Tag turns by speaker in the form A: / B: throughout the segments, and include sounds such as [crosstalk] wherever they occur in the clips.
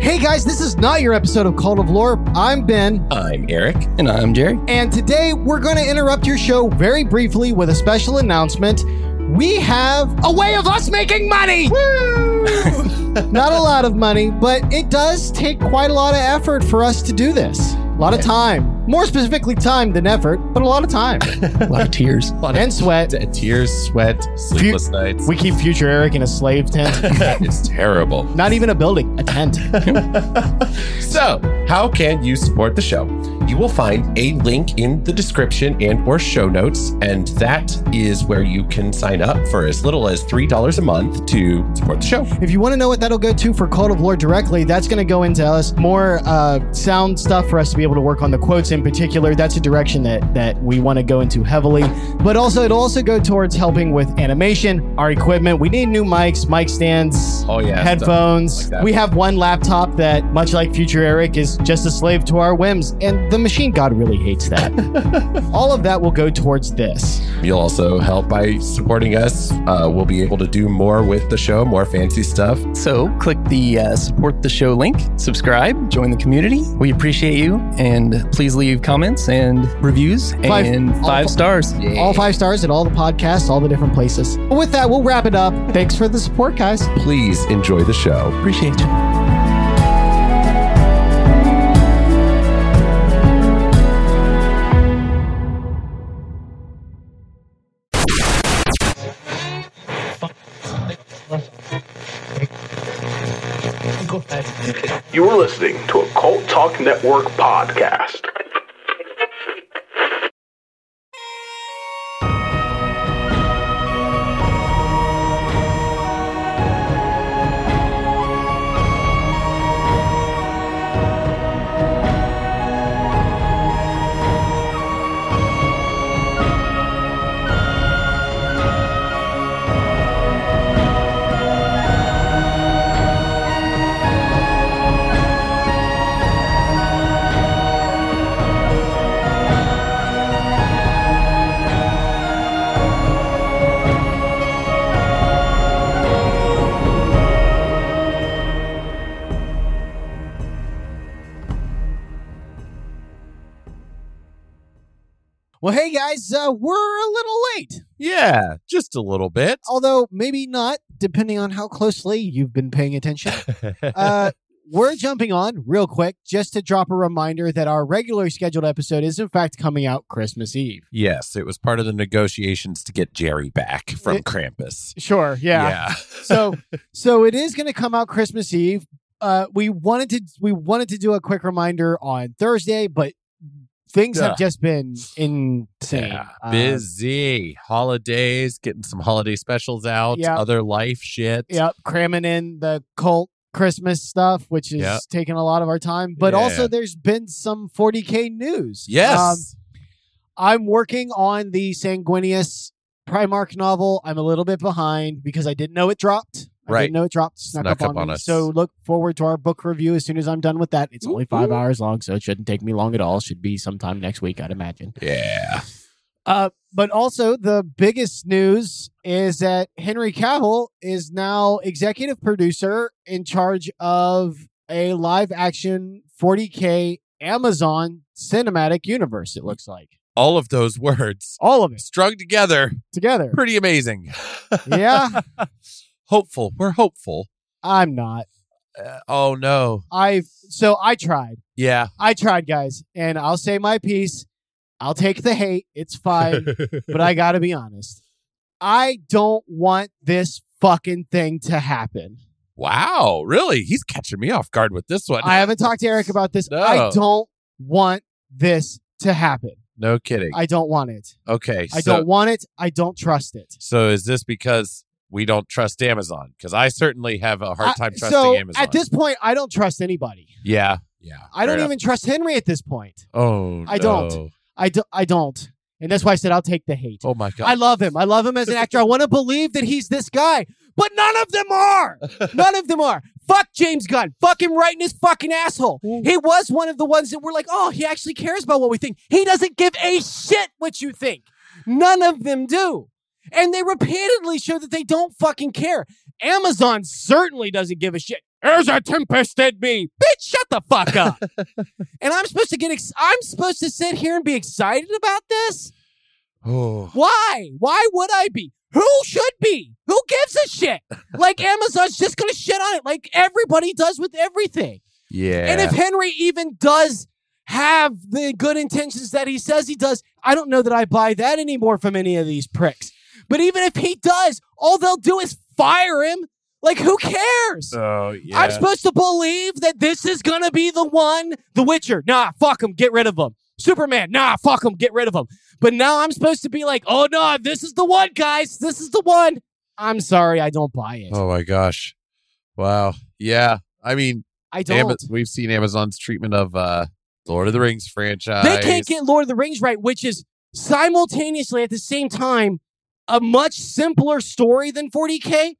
A: Hey guys, this is not your episode of Cult of Lore. I'm Ben,
B: I'm Eric. And I'm Jerry.
A: and today we're going to interrupt your show very briefly with a special announcement. We have oh, a way of us making money! [laughs] not a lot of money, but it does take quite a lot of effort for us to do this. A lot of time. More specifically, time than effort, but a lot of [laughs] time
B: A lot of tears. A lot
A: and sweat.
B: tears, sweat, sleepless nights.
A: We keep future Eric in a slave [laughs] tent.
B: it's terrible.
A: Not even a building, a tent.
B: So, how can you support the show? You will find a link in the description and or show notes, and that is where you can sign up for as little as three dollars a month to support the show.
A: If you want to know what that'll go to for Cult of Lore directly, that's going to go into us more uh, sound stuff for us to be able to work on the quotes in particular. That's a direction that that we want to go into heavily. But also, it'll also go towards helping with animation, our equipment. We need new mics, mic stands.
B: Oh yeah,
A: Headphones.
B: like that.
A: we have one laptop that, much like Future Eric, is just a slave to our whims, and the machine god really hates
B: [laughs]
A: that. All of that will go towards this.
B: You'll also help by supporting us. Uh, we'll be able to do more with the show, more fancy stuff.
C: So click the uh, support the show link, subscribe, join the community. We appreciate you, and please leave comments and reviews
A: Five-
C: and
A: all
C: five,
A: fi-
C: stars.
A: All five stars at all the podcasts, all the different places. But with that, we'll wrap it up. Thanks for the support, guys.
B: Please enjoy the show.
C: Appreciate you.
D: You are listening to a Cult Talk Network podcast.
A: Well, hey guys, uh, we're a little late,
B: Yeah, just a little bit.
A: although maybe not, depending on how closely you've been paying attention. Uh, we're jumping on real quick just to drop a reminder that our regular scheduled episode is, in fact, coming out Christmas Eve.
B: Yes, it was part of the negotiations to get Jerry back from
A: It-
B: Krampus.
A: Sure, [laughs] so so it is going to come out christmas eve uh we wanted to we wanted to do a quick reminder on thursday but things
B: Duh.
A: have just been insane
B: Yeah.
A: Uh,
B: Busy holidays, getting some holiday specials out,
A: Yeah.
B: other life shit.
A: yep cramming in the cult christmas stuff which is
B: Yep.
A: taking a lot of our time but
B: Yeah.
A: also there's been some 40k news
B: Yes.
A: Um, i'm working on the sanguinius primarch novel i'm a little bit behind because i didn't know it dropped I
B: Right.
A: didn't know it dropped. Snuck, up, on, me.
B: us.
A: So look forward to our book review as soon as I'm done with that. It's only five
B: Ooh.
A: hours long, so it shouldn't take me long at all. Should be sometime next week, I'd imagine.
B: yeah.
A: Uh, but also the biggest news is that Henry Cavill is now executive producer in charge of a live action 40k Amazon cinematic universe. It looks like
B: All of those words
A: all of it
B: strung together.
A: together.
B: [laughs] Pretty amazing.
A: Yeah,
B: hopeful. We're hopeful.
A: I'm not.
B: Uh, oh, no.
A: I've so I tried.
B: Yeah.
A: I tried, guys, and I'll say my piece. I'll take the hate. It's
B: [laughs]
A: fine. but I got to be honest. I don't want this fucking thing to happen.
B: wow. Really? He's catching me off guard with this one.
A: I haven't talked to Eric about this.
B: No.
A: I don't want this to happen.
B: no kidding.
A: I don't want it.
B: okay.
A: I
B: so,
A: don't want it. I don't trust it.
B: so is this because we don't trust Amazon? Because I certainly have a hard time
A: I-
B: trusting
A: so
B: Amazon.
A: At this point, I don't trust anybody.
B: yeah. Yeah.
A: I don't
B: Fair enough.
A: even trust Henry at this point.
B: Oh,
A: I don't.
B: no.
A: I, do, I don't. And that's why I said I'll take the hate.
B: Oh my god.
A: I love him. I love him as an actor. I want to believe that he's this guy, but none of them are. None of them are. Fuck James Gunn. Fuck him right in his fucking asshole. He was one of the ones that were like, oh, he actually cares about what we think. He doesn't give a shit what you think. None of them do. And they repeatedly show that they don't fucking care. Amazon certainly doesn't give a shit. There's a tempest in me. Bitch, shut the fuck up. and I'm supposed to get ex- I'm supposed to sit here and be excited about this?
E: Oh.
A: Why? Why would I be? Who should be? Who gives a shit? Like Amazon's just gonna shit on it, like everybody does with everything.
E: Yeah.
A: And if Henry even does have the good intentions that he says he does, I don't know that I buy that anymore from any of these pricks. But even if he does, all they'll do is fire him. Like who cares?
E: oh, yeah.
A: I'm supposed to believe that this is gonna be the one. The Witcher, nah, fuck him, get rid of him. Superman, nah, fuck him, get rid of him. But now I'm supposed to be like, oh no, this is the one, guys. This is the one. I'm sorry, I don't buy it.
B: Oh my gosh. Wow. Yeah. I mean,
A: I don't.
B: Ama- we've seen Amazon's treatment of uh Lord of the Rings franchise.
A: They can't get Lord of the Rings right, which is simultaneously at the same time a much simpler story than 40K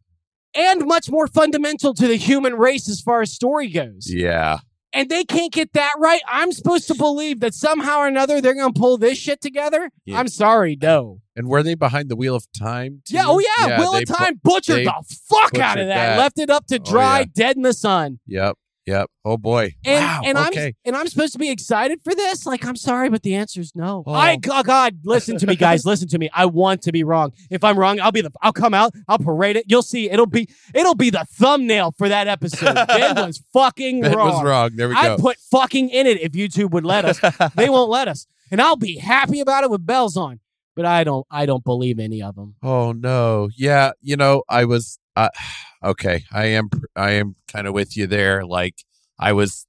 A: and much more fundamental to the human race as far as story goes.
B: Yeah.
A: And they can't get that right. I'm supposed to believe that somehow or another they're going to pull this shit together.
B: Yeah.
A: I'm sorry, no.
B: And were they behind the wheel of time? too?
A: Yeah, oh yeah, Will
B: they
A: of
B: bu-
A: Time butchered
B: they
A: the fuck out
B: butchered
A: of that.
B: that.
A: Left it up to
B: Oh,
A: dry,
B: yeah.
A: dead in the sun.
B: yep. Yep. Oh boy.
A: And,
B: wow.
A: and
B: okay.
A: I'm and I'm supposed to be excited for this. Like I'm sorry, but the answer is no.
B: Oh.
A: I oh God, listen to me,
B: [laughs]
A: guys, listen to me. I want to be wrong. If I'm wrong, I'll be the. I'll come out. I'll parade it. You'll see. It'll be. It'll be the thumbnail for that
B: [laughs]
A: episode. ben was fucking
B: That
A: wrong.
B: was wrong. There we
A: I
B: go.
A: put fucking in it if YouTube would let us.
B: [laughs]
A: they won't let us, and I'll be happy about it with bells on. But I don't. I don't believe any of them.
B: Oh no. Yeah, you know, I was uh, [sighs] okay. I am I am kind of with you there. Like I was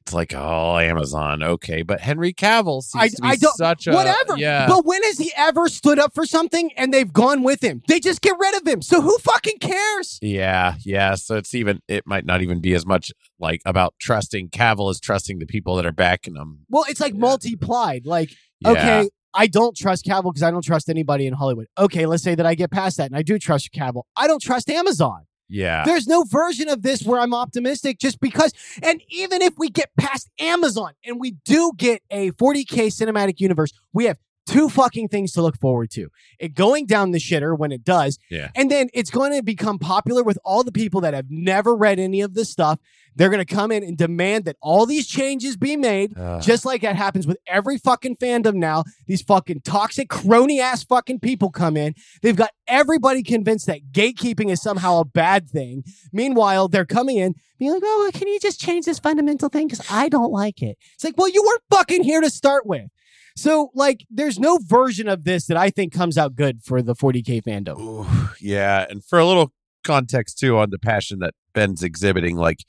B: it's like oh Amazon, okay, but Henry Cavill seems
A: I-
B: to be
A: I don't-
B: such a
A: whatever.
B: Yeah.
A: But when has he ever stood up for something and they've gone with him? They just get rid of him. So who fucking cares?
B: yeah, yeah. So it's even it might not even be as much like about trusting Cavill as trusting the people that are backing him.
A: Well, it's like
B: Yeah.
A: multiplied. Like,
B: Yeah.
A: okay, I don't trust Cavill because I don't trust anybody in Hollywood. Okay, let's say that I get past that and I do trust Cavill. I don't trust Amazon.
B: Yeah.
A: There's no version of this where I'm optimistic just because. And even if we get past Amazon and we do get a 40K cinematic universe, we have two fucking things to look forward to it going down the shitter when it does.
B: Yeah.
A: And then it's going to become popular with all the people that have never read any of this stuff. They're going to come in and demand that all these changes be made
B: Uh,
A: just like that happens with every fucking fandom now, these fucking toxic crony ass fucking people come in. They've got everybody convinced that gatekeeping is somehow a bad thing. Meanwhile, they're coming in being like, "Oh, well, can you just change this fundamental thing cuz I don't like it." It's like, "Well, you weren't fucking here to start with." So, like there's no version of this that I think comes out good for the 40K fandom.
B: Ooh, yeah, and for a little context too on the passion that Ben's exhibiting, like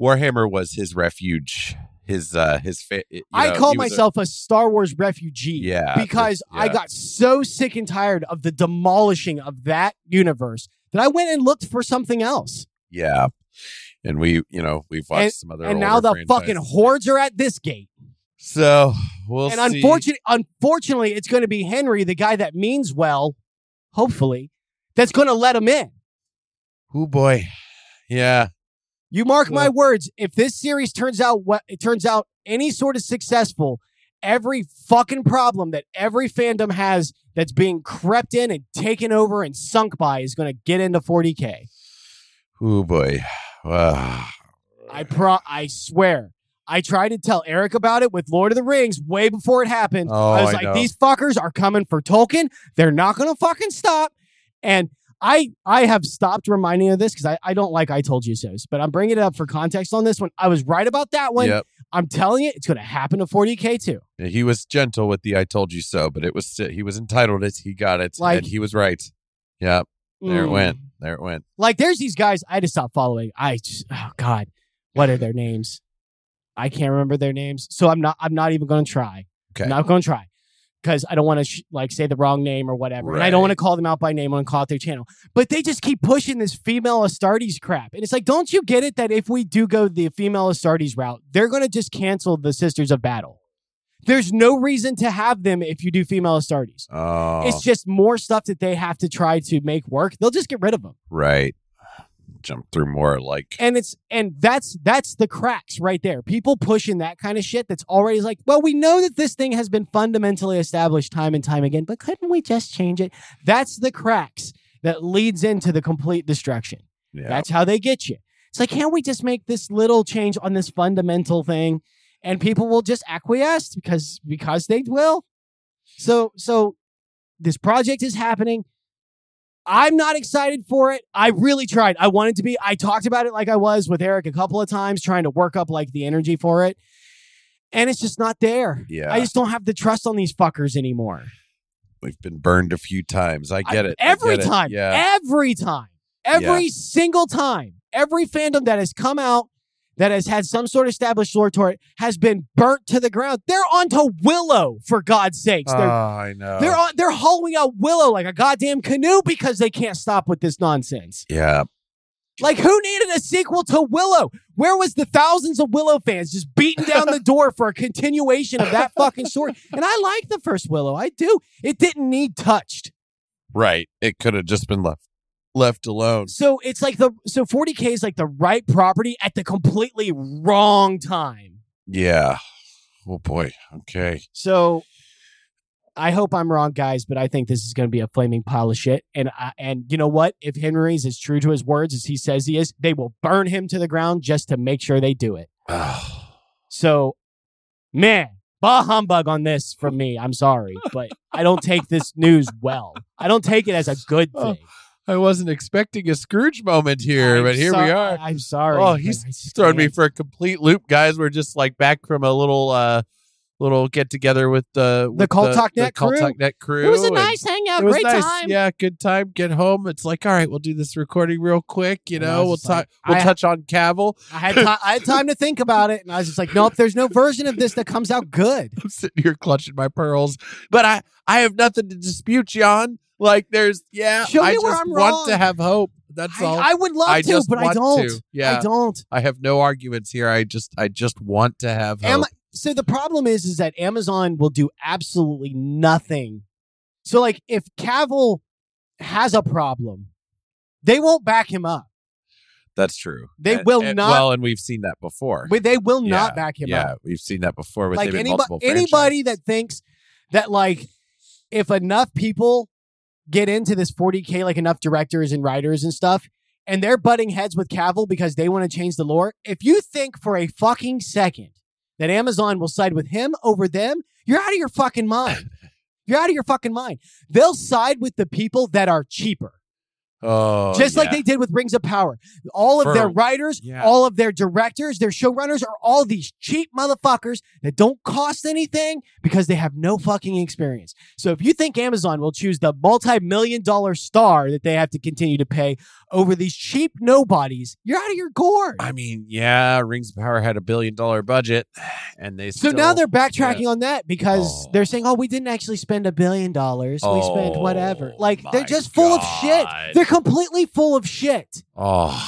B: Warhammer was his refuge, his uh, his. Fa- you know,
A: I
B: he
A: call
B: was a-
A: myself a Star Wars refugee.
B: yeah,
A: because I
B: yeah.
A: got so sick and tired of the demolishing of that universe that I went and looked for something else.
B: yeah, and we, you know, we've watched some other,
A: and now
B: older
A: the
B: franchises.
A: fucking hordes are at this gate.
B: So we'll
A: and
B: see.
A: unfortunately, unfortunately, it's going to be Henry, the guy that means well, hopefully, that's going to let him in.
B: oh boy, yeah,
A: You mark my
B: Yeah.
A: words. If this series turns out what it turns out any sort of successful, every fucking problem that every fandom has that's being crept in and taken over and sunk by is going to get into 40k.
B: oh boy, wow.
A: I pro I swear. I tried to tell Eric about it with Lord of the Rings way before it happened.
B: Oh,
A: I was
B: I
A: like,
B: know.
A: these fuckers are coming for Tolkien. They're not gonna fucking stop. And I I have stopped reminding you of this because I, I don't like I told you so's, but I'm bringing it up for context on this one. I was right about that one.
B: yep.
A: I'm telling you, it's gonna happen to 40k too.
B: He was gentle with the "I told you so," but it was still, he was entitled it. He got it,
A: Like-
B: and he was right. Yep, there it
A: Mm.
B: went. There it went.
A: Like there's these guys I had to stop following. I just, oh god, what are
B: [laughs]
A: their names? I can't remember their names, so I'm not I'm not even going to try.
B: Okay.
A: I'm not going to try because I don't want to sh- like say the wrong name or whatever, and I don't
B: Right.
A: want to call them out by name on call out their channel. But they just keep pushing this female Astartes crap, and it's like, don't you get it that if we do go the female Astartes route, they're going to just cancel the Sisters of Battle. There's no reason to have them if you do female Astartes.
B: Oh,
A: It's just more stuff that they have to try to make work. They'll just get rid of them.
B: Right. Jump through more like
A: and it's and that's that's the cracks right there people pushing that kind of shit that's already like well we know that this thing has been fundamentally established time and time again but couldn't we just change it that's the cracks that leads into the complete destruction
B: yeah.
A: that's how they get you It's like, can't we just make this little change on this fundamental thing? And people will just acquiesce because because they will. So so this project is happening. I'm not excited for it. I really tried. I wanted to be. I talked about it like I was with Eric a couple of times, trying to work up like the energy for it. And it's just not there.
B: Yeah.
A: I just don't have the trust on these fuckers anymore.
B: We've been burned a few times. I get it. I
A: Every
B: get it.
A: time.
B: Yeah.
A: Every time. Every single time. Every fandom that has come out that has had some sort of established lore toward it has been burnt to the ground. They're onto Willow, for God's sakes.
B: Oh,
A: They're
B: I know.
A: they're on, they're hollowing out Willow like a goddamn canoe because they can't stop with this nonsense.
B: yeah.
A: Like, who needed a sequel to Willow? Where was the thousands of Willow fans just beating down
B: [laughs]
A: the door for a continuation of that fucking story? And I like the first Willow, I do. It didn't need touched.
B: Right. It could have just been left left alone.
A: So it's like the so 40k is like the right property at the completely wrong time.
B: Yeah. Oh boy. Okay. [sighs]
A: So I hope I'm wrong, guys, but I think this is going to be a flaming pile of shit. And I, and you know what? If Henry's as true to his words as he says he is, they will burn him to the ground just to make sure they do it. So, man, bah humbug on this from me. I'm sorry, but I don't take this news well. I don't take it as a good
B: Oh,
A: thing.
B: I wasn't expecting a Scrooge moment here,
A: I'm
B: but here we
A: so-
B: are.
A: I'm sorry.
B: Oh,
A: but
B: he's
A: I just
B: Throwing me
A: can't.
B: for a complete loop, guys. We're just like back from a little uh little get together with the with
A: Cult Talk Net
B: Cult
A: crew.
B: Talk Net crew.
A: It was a
B: and-
A: nice [laughs] hangout.
B: it was
A: Great
B: nice.
A: time.
B: Yeah, good time. Get home. It's like, all right, we'll do this recording real quick. You
A: And I
B: know, we'll
A: was just
B: talk.
A: like,
B: we'll
A: I-
B: touch on Cavill. [laughs]
A: I had ti- I had time to think about it, and I was just like, nope. There's no version of this that comes out good.
B: I'm sitting here clutching my pearls, but I I have nothing to dispute you on. Like, there's yeah.
A: Show me
B: I just
A: where I'm
B: want
A: wrong.
B: to have hope. That's
A: I,
B: all.
A: I would love
B: I
A: to,
B: just
A: but I
B: want
A: don't.
B: to. Yeah,
A: I don't.
B: I have no arguments here. I just I just want to have hope.
A: Am I- so the problem is, is that Amazon will do absolutely nothing. So like, if Cavill has a problem, they won't back him up.
B: That's true.
A: They
B: And-
A: will
B: and-
A: not-
B: Well, and we've seen that before.
A: But They will not
B: Yeah,
A: back him up.
B: yeah, we've seen that before with
A: like
B: maybe
A: anybody,
B: multiple
A: anybody
B: franchises.
A: that thinks that like if enough people get into this 40k like enough directors and writers and stuff and they're butting heads with cavill because they want to change the lore if you think for a fucking second that amazon will side with him over them you're out of your fucking
B: [laughs]
A: mind you're out of your fucking mind they'll side with the people that are cheaper
B: oh,
A: just like
B: yeah.
A: they did with Rings of Power. All of
B: For-
A: their writers,
B: yeah.
A: all of their directors, their showrunners are all these cheap motherfuckers that don't cost anything because they have no fucking experience. So if you think Amazon will choose the multi-million dollar star that they have to continue to pay over these cheap nobodies, you're out of your gourd.
B: I mean, yeah, Rings of Power had a billion dollar budget, [sighs] and they
A: So
B: still-
A: now they're backtracking on that because
B: Oh.
A: they're saying, "Oh, we didn't actually spend a billion dollars. we spent whatever."
B: Oh,
A: Like they're
B: my
A: just full of shit.
B: God.
A: They're completely full of shit.
B: Oh,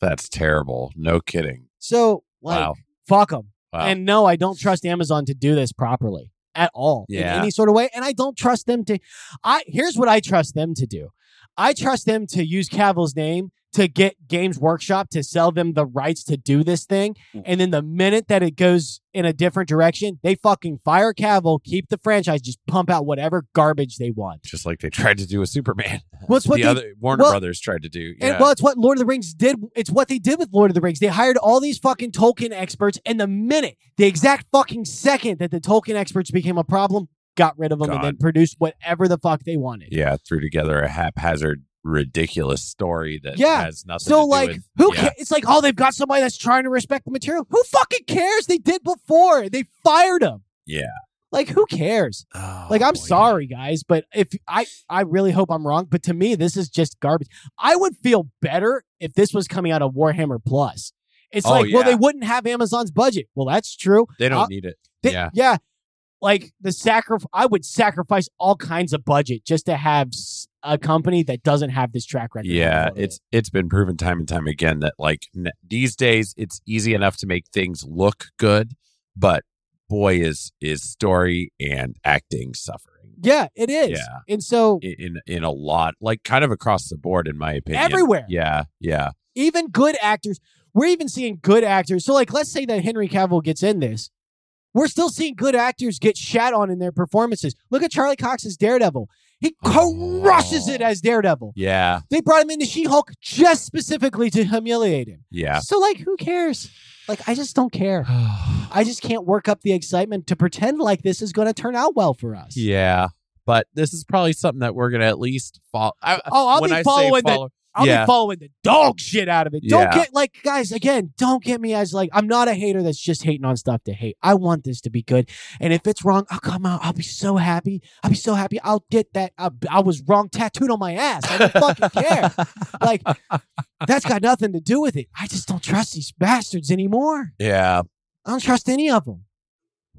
B: that's terrible. No kidding.
A: So like,
B: wow.
A: fuck them.
B: Wow.
A: And no, I don't trust Amazon to do this properly at all
B: Yeah.
A: in any sort of way. And I don't trust them to. I here's what I trust them to do. I trust them to use Cavill's name to get Games Workshop to sell them the rights to do this thing. And then the minute that it goes in a different direction, they fucking fire Cavill, keep the franchise, just pump out whatever garbage they
B: [laughs]
A: want.
B: Just like they tried to do with Superman. [laughs]
A: What's what
B: the
A: they-
B: other Warner
A: well,
B: Brothers tried to do.
A: and
B: Yeah.
A: well, it's what Lord of the Rings did. It's what they did with Lord of the Rings. They hired all these fucking Tolkien experts, and the minute, the exact fucking second that the Tolkien experts became a problem, got rid of them and then
B: Gone.
A: produced whatever the fuck they wanted.
B: yeah, threw together a haphazard, ridiculous story that
A: Yeah.
B: has nothing to
A: So
B: do
A: like,
B: with-
A: who?
B: yeah.
A: Ca- it's like, oh, they've got somebody that's trying to respect the material. Who fucking cares? They did before. They fired them.
B: Yeah.
A: Like, who cares?
B: Oh,
A: Like I'm
B: boy.
A: sorry guys, but if I I really hope I'm wrong, but to me this is just garbage. I would feel better if this was coming out of Warhammer Plus. It's
B: Oh,
A: like, well,
B: yeah.
A: they wouldn't have Amazon's budget. Well, that's true.
B: They don't
A: Uh,
B: need it.
A: They-
B: yeah.
A: yeah. Like the sacrifice, I would sacrifice all kinds of budget just to have s- a company that doesn't have this track record.
B: Yeah, it's it's been proven time and time again that like n- these days it's easy enough to make things look good, but boy is is story and acting suffering
A: yeah, it is.
B: Yeah.
A: And so
B: i- in in a lot like kind of across the board in my opinion.
A: Everywhere.
B: Yeah, yeah.
A: even good actors, we're even seeing good actors. So, like, let's say that Henry Cavill gets in this. We're still seeing good actors get shat on in their performances. Look at Charlie Cox's Daredevil. He crushes it as Daredevil.
B: Yeah.
A: They brought him into She Hulk just specifically to humiliate him. [sighs]
B: Yeah.
A: So, like, who cares? Like, I just don't care. I just can't work up the excitement to pretend like this is going to turn out well for us.
B: yeah. But this is probably something that we're gonna at least follow. I,
A: Oh, I'll
B: when
A: be
B: I say
A: following the-
B: follow-
A: I'll
B: Yeah.
A: be following the dog shit out of it. Don't
B: Yeah.
A: get like guys again. Don't get me as like I'm not a hater that's just hating on stuff to hate. I want this to be good, and if it's wrong, I'll come out. I'll be so happy. I'll be so happy. I'll get that. I, I was wrong tattooed on my ass. I don't fucking care. Like that's got nothing to do with it. I just don't trust these bastards anymore.
B: [laughs] Yeah.
A: I don't trust any of them.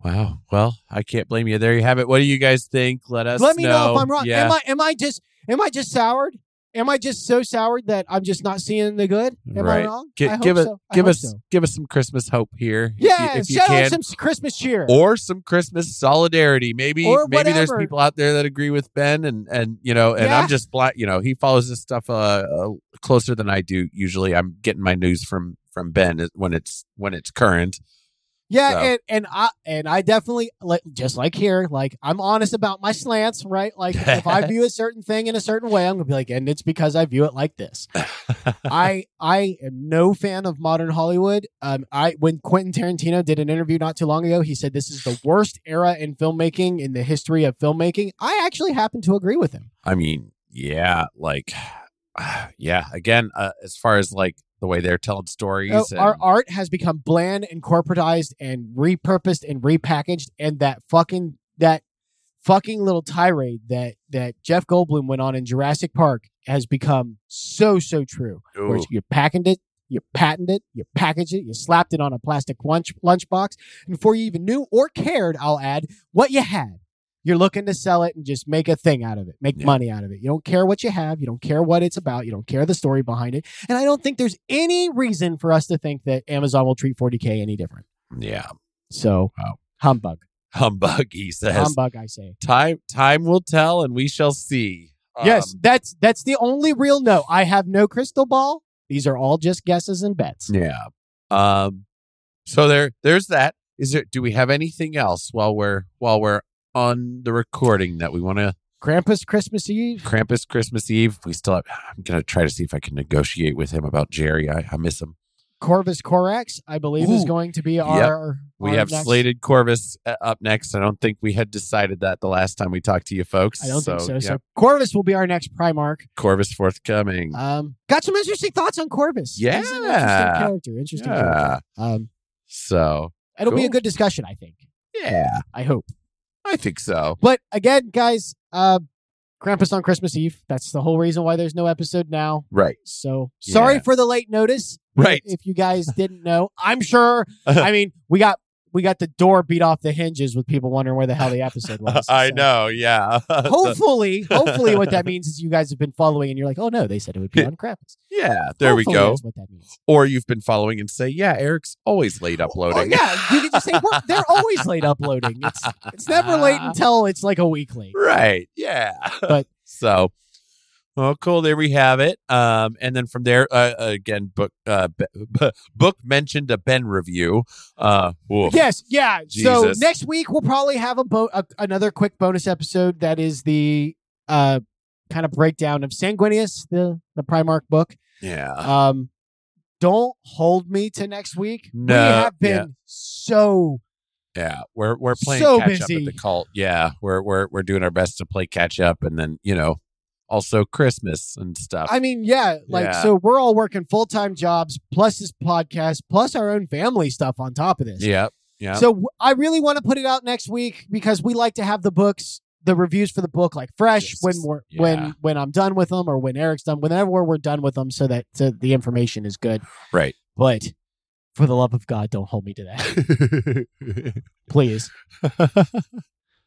B: Wow. Well, I can't blame you. There you have it. What do you guys think? Let us
A: Let me know. if I'm wrong.
B: Yeah.
A: Am I? Am I just? Am I just soured? Am I just so soured that I'm just not seeing the good? Am
B: Right.
A: I wrong?
B: Gi-
A: I hope
B: give us-
A: so. I
B: give
A: hope
B: us
A: so.
B: give us some Christmas hope here. if you-
A: Yeah,
B: if you,
A: shout
B: can.
A: out some s- Christmas cheer.
B: or some Christmas solidarity. Maybe
A: Or
B: maybe there's
A: whatever.
B: people out there that agree with Ben and and you know and
A: Yeah.
B: I'm just black. You know he follows this stuff uh, uh closer than I do. Usually I'm getting my news from from Ben when it's when it's current.
A: yeah,
B: so.
A: and and I and I definitely like just like here, like I'm honest about my slants, right? Like if
B: [laughs]
A: I view a certain thing in a certain way, I'm gonna be like, and it's because I view it like this. I I am no fan of modern Hollywood. Um, I when Quentin Tarantino did an interview not too long ago, he said this is the worst era in filmmaking in the history of filmmaking. I actually happen to agree with him.
B: I mean, yeah, like [sighs] yeah. Again, uh, as far as like the way they're telling stories,
A: Oh,
B: and,
A: our art has become bland and corporatized and repurposed and repackaged and that fucking that fucking little tirade that that Jeff Goldblum went on in Jurassic Park has become so so true.
B: Ooh,
A: Where it's- you patented it, you patented it, you packaged it, you slapped it on a plastic lunch lunchbox, and before you even knew or cared, I'll add what you had. You're looking to sell it and just make a thing out of it, make
B: Yeah.
A: money out of it. You don't care what you have, you don't care what it's about, you don't care the story behind it. And I don't think there's any reason for us to think that Amazon will treat 40K any different.
B: yeah, [laughs]
A: So,
B: Wow.
A: humbug.
B: humbug. He says,
A: Humbug, I say.
B: time time will tell, and we shall see.
A: yes,
B: Um,
A: that's that's the only real no. I have no crystal ball. These are all just guesses and bets.
B: Yeah. Um so there there's that. Is there do we have anything else while we're while we're on the recording that we want to
A: Krampus Christmas Eve.
B: Krampus Christmas Eve? We still have I'm gonna try to see if I can negotiate with him about Jerry. I, I miss him.
A: Corvus Corex, I believe, is
B: Ooh.
A: going to be our.
B: We
A: our
B: have
A: next-
B: slated Corvus uh, up next. I don't think we had decided that the last time we talked to you folks.
A: I don't think so.
B: yeah,
A: So Corvus will be our next Primarch.
B: Corvus forthcoming.
A: Um, got some interesting thoughts on Corvus. He's an interesting
B: Yeah.
A: character. Interesting. Character.
B: yeah.
A: Um,
B: So
A: it'll be a
B: Cool.
A: good discussion, I think.
B: yeah,
A: I hope.
B: I think so.
A: But again, guys, uh, Krampus on Christmas Eve. That's the whole reason why there's no episode now.
B: Right.
A: So sorry
B: Yeah.
A: for the late notice.
B: Right.
A: If you guys
B: [laughs]
A: didn't know, I'm sure. I mean, we got we got the door beat off the hinges with people wondering where the hell the episode was.
B: [laughs] I
A: so.
B: know, yeah. [laughs] The-
A: hopefully, hopefully, what that means is you guys have been following, and you're like, oh no, they said it would be on Krampus.
B: yeah, there we
A: Hopefully
B: go.
A: That's what that means.
B: or you've been following and say, yeah, Eric's always late
A: Oh,
B: uploading.
A: yeah, you can just say "Well, they're always late uploading. It's it's never late until it's like a week late.
B: [laughs] Right. Yeah.
A: But-
B: [laughs] so, well, cool. There we have it. Um, and then from there, uh, again, book uh, b- b- [laughs] book mentioned a Ben review. Uh, woof.
A: Yes, yeah. So
B: Jesus.
A: next week we'll probably have a, bo- a another quick bonus episode that is the uh kind of breakdown of Sanguinius, the the Primarch book.
B: Yeah.
A: Um, don't hold me to next week.
B: No,
A: we have been
B: yeah.
A: so
B: Yeah. We're we're playing
A: So
B: catch up
A: busy.
B: at the cult. Yeah. We're we're we're doing our best to play catch up, and then you know, also Christmas and stuff.
A: I mean, yeah, like
B: Uh, Yeah.
A: so we're all working full time jobs plus this podcast plus our own family stuff on top of this.
B: yeah. Yeah.
A: So w- I really want to put it out next week because we like to have the books, the reviews for the book, like fresh
B: Yes.
A: when we're
B: Yeah.
A: when when I'm done with them or when Eric's done, whenever we're done with them, so that so the information is good. [laughs]
B: Right.
A: But for the love of God, don't hold me to that, [laughs]
B: [laughs]
A: please.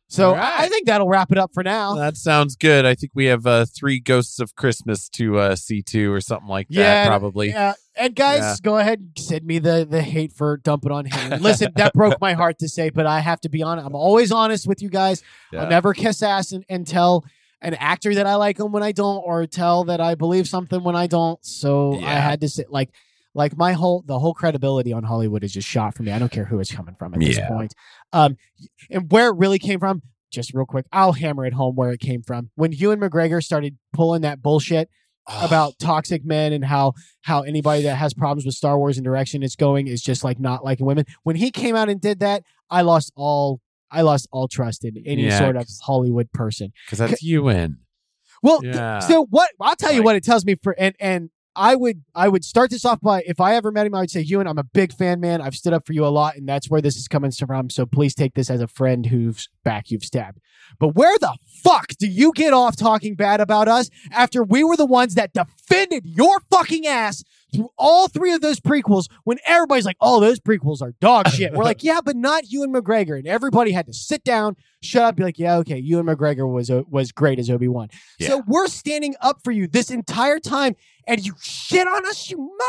A: So
B: All right.
A: I I think that'll wrap it up for now.
B: That sounds good. I think we have uh, three ghosts of Christmas to uh, see to or something like that.
A: Yeah,
B: probably.
A: Yeah. And guys,
B: Yeah.
A: go ahead and send me the the hate for dumping on him. Listen, that broke my heart to say, but I have to be honest. I'm always honest with you guys.
B: Yeah.
A: I'll never kiss ass and, and tell an actor that I like him when I don't, or tell that I believe something when I don't. So I
B: Yeah.
A: had to say, like, like my whole the whole credibility on Hollywood is just shot for me. I don't care who it's coming from at this
B: Yeah.
A: point. Um, and where it really came from, just real quick, I'll hammer it home where it came from. When Ewan McGregor started pulling that bullshit about toxic men and how how anybody that has problems with Star Wars and direction it's going is just like not liking women. When he came out and did that, I lost all I lost all trust in any
B: Yeah,
A: sort of
B: 'cause-
A: Hollywood person.
B: because that's you in.
A: Well, th-
B: Yeah.
A: so what? I'll tell you
B: Like-
A: what it tells me for and and I would I would start this off by if I ever met him, I would say, Ewan, I'm a big fan, man. I've stood up for you a lot, and that's where this is coming from. So please take this as a friend whose back you've stabbed. But where the fuck do you get off talking bad about us after we were the ones that defended your fucking ass through all three of those prequels when everybody's like, oh, those prequels are dog
B: [laughs]
A: shit. We're like, yeah, but not Ewan McGregor. And everybody had to sit down, shut up, be like, yeah, okay, Ewan McGregor was uh, was great as Obi Wan. So we're standing up for you this entire time, and you shit on us, you
B: [laughs]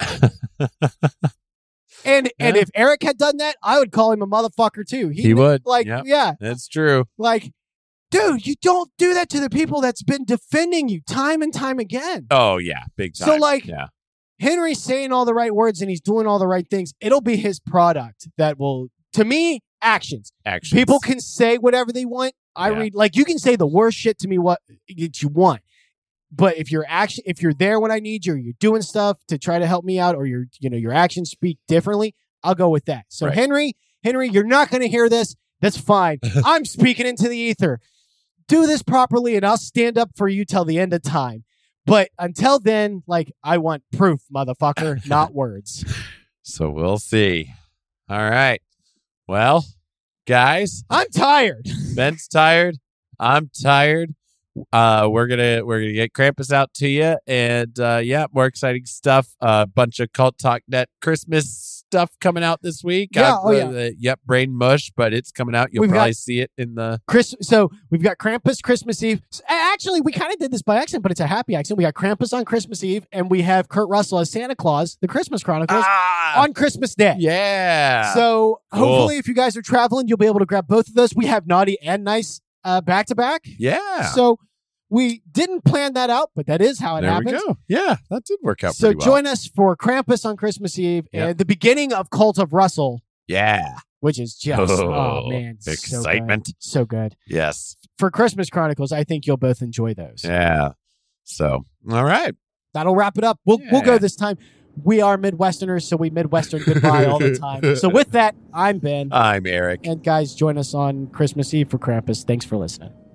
A: motherfucker. and and
B: Yeah.
A: if Eric had done that, I would call him a motherfucker too.
B: He would.
A: like,
B: Yep.
A: yeah,
B: That's true.
A: like, dude, you don't do that to the people that's been defending you time and time again.
B: Oh yeah, big
A: So,
B: time.
A: like-
B: yeah,
A: Henry's saying all the right words and he's doing all the right things. It'll be his product that will, to me, actions.
B: actually,
A: People can say whatever they want. I
B: Yeah.
A: read like you can say the worst shit to me what that you want, but if you're action, if you're there when I need you, or you're doing stuff to try to help me out, or your you know your actions speak differently, I'll go with that. So
B: Right.
A: Henry, Henry, you're not going to hear this. That's
B: [laughs]
A: fine. I'm speaking into the ether. Do this properly, and I'll stand up for you till the end of time. But until then, like I want proof, motherfucker,
B: [laughs]
A: not words.
B: So we'll see. All right. Well, guys,
A: I'm tired.
B: Ben's tired. I'm tired. Uh, we're gonna we're gonna get Krampus out to you, and uh, yeah, more exciting stuff. A bunch of Cult Talk Net Christmas stuff coming out this week.
A: Yeah,
B: I've,
A: oh, yeah.
B: uh, yep, Brain Mush, but it's coming out. You'll
A: We've
B: probably see it in the
A: Chris, so we've got Krampus Christmas Eve. S- a- Actually, we kind of did this by accident, but it's a happy accident. We got Krampus on Christmas Eve, and we have Kurt Russell as Santa Claus, the Christmas Chronicles,
B: ah,
A: on Christmas Day.
B: yeah.
A: So
B: Cool.
A: hopefully, if you guys are traveling, you'll be able to grab both of those. We have naughty and nice uh, back to back.
B: yeah,
A: So we didn't plan that out, but that is how it
B: there
A: happens.
B: we go. Yeah, that did work out.
A: So
B: pretty well.
A: join us for Krampus on Christmas Eve
B: Yep.
A: and the beginning of Cult of Russell,
B: Yeah.
A: which is just oh,
B: Oh,
A: man, so good.
B: excitement.
A: so good.
B: Yes.
A: For Christmas Chronicles, I think you'll both enjoy those.
B: Yeah. So all right.
A: that'll wrap it up. We'll we'll
B: Yeah.
A: go this time. We are Midwesterners, so we Midwestern goodbye all the time. So with that, I'm Ben.
B: I'm Eric.
A: And guys, join us on Christmas Eve for Krampus. Thanks for listening.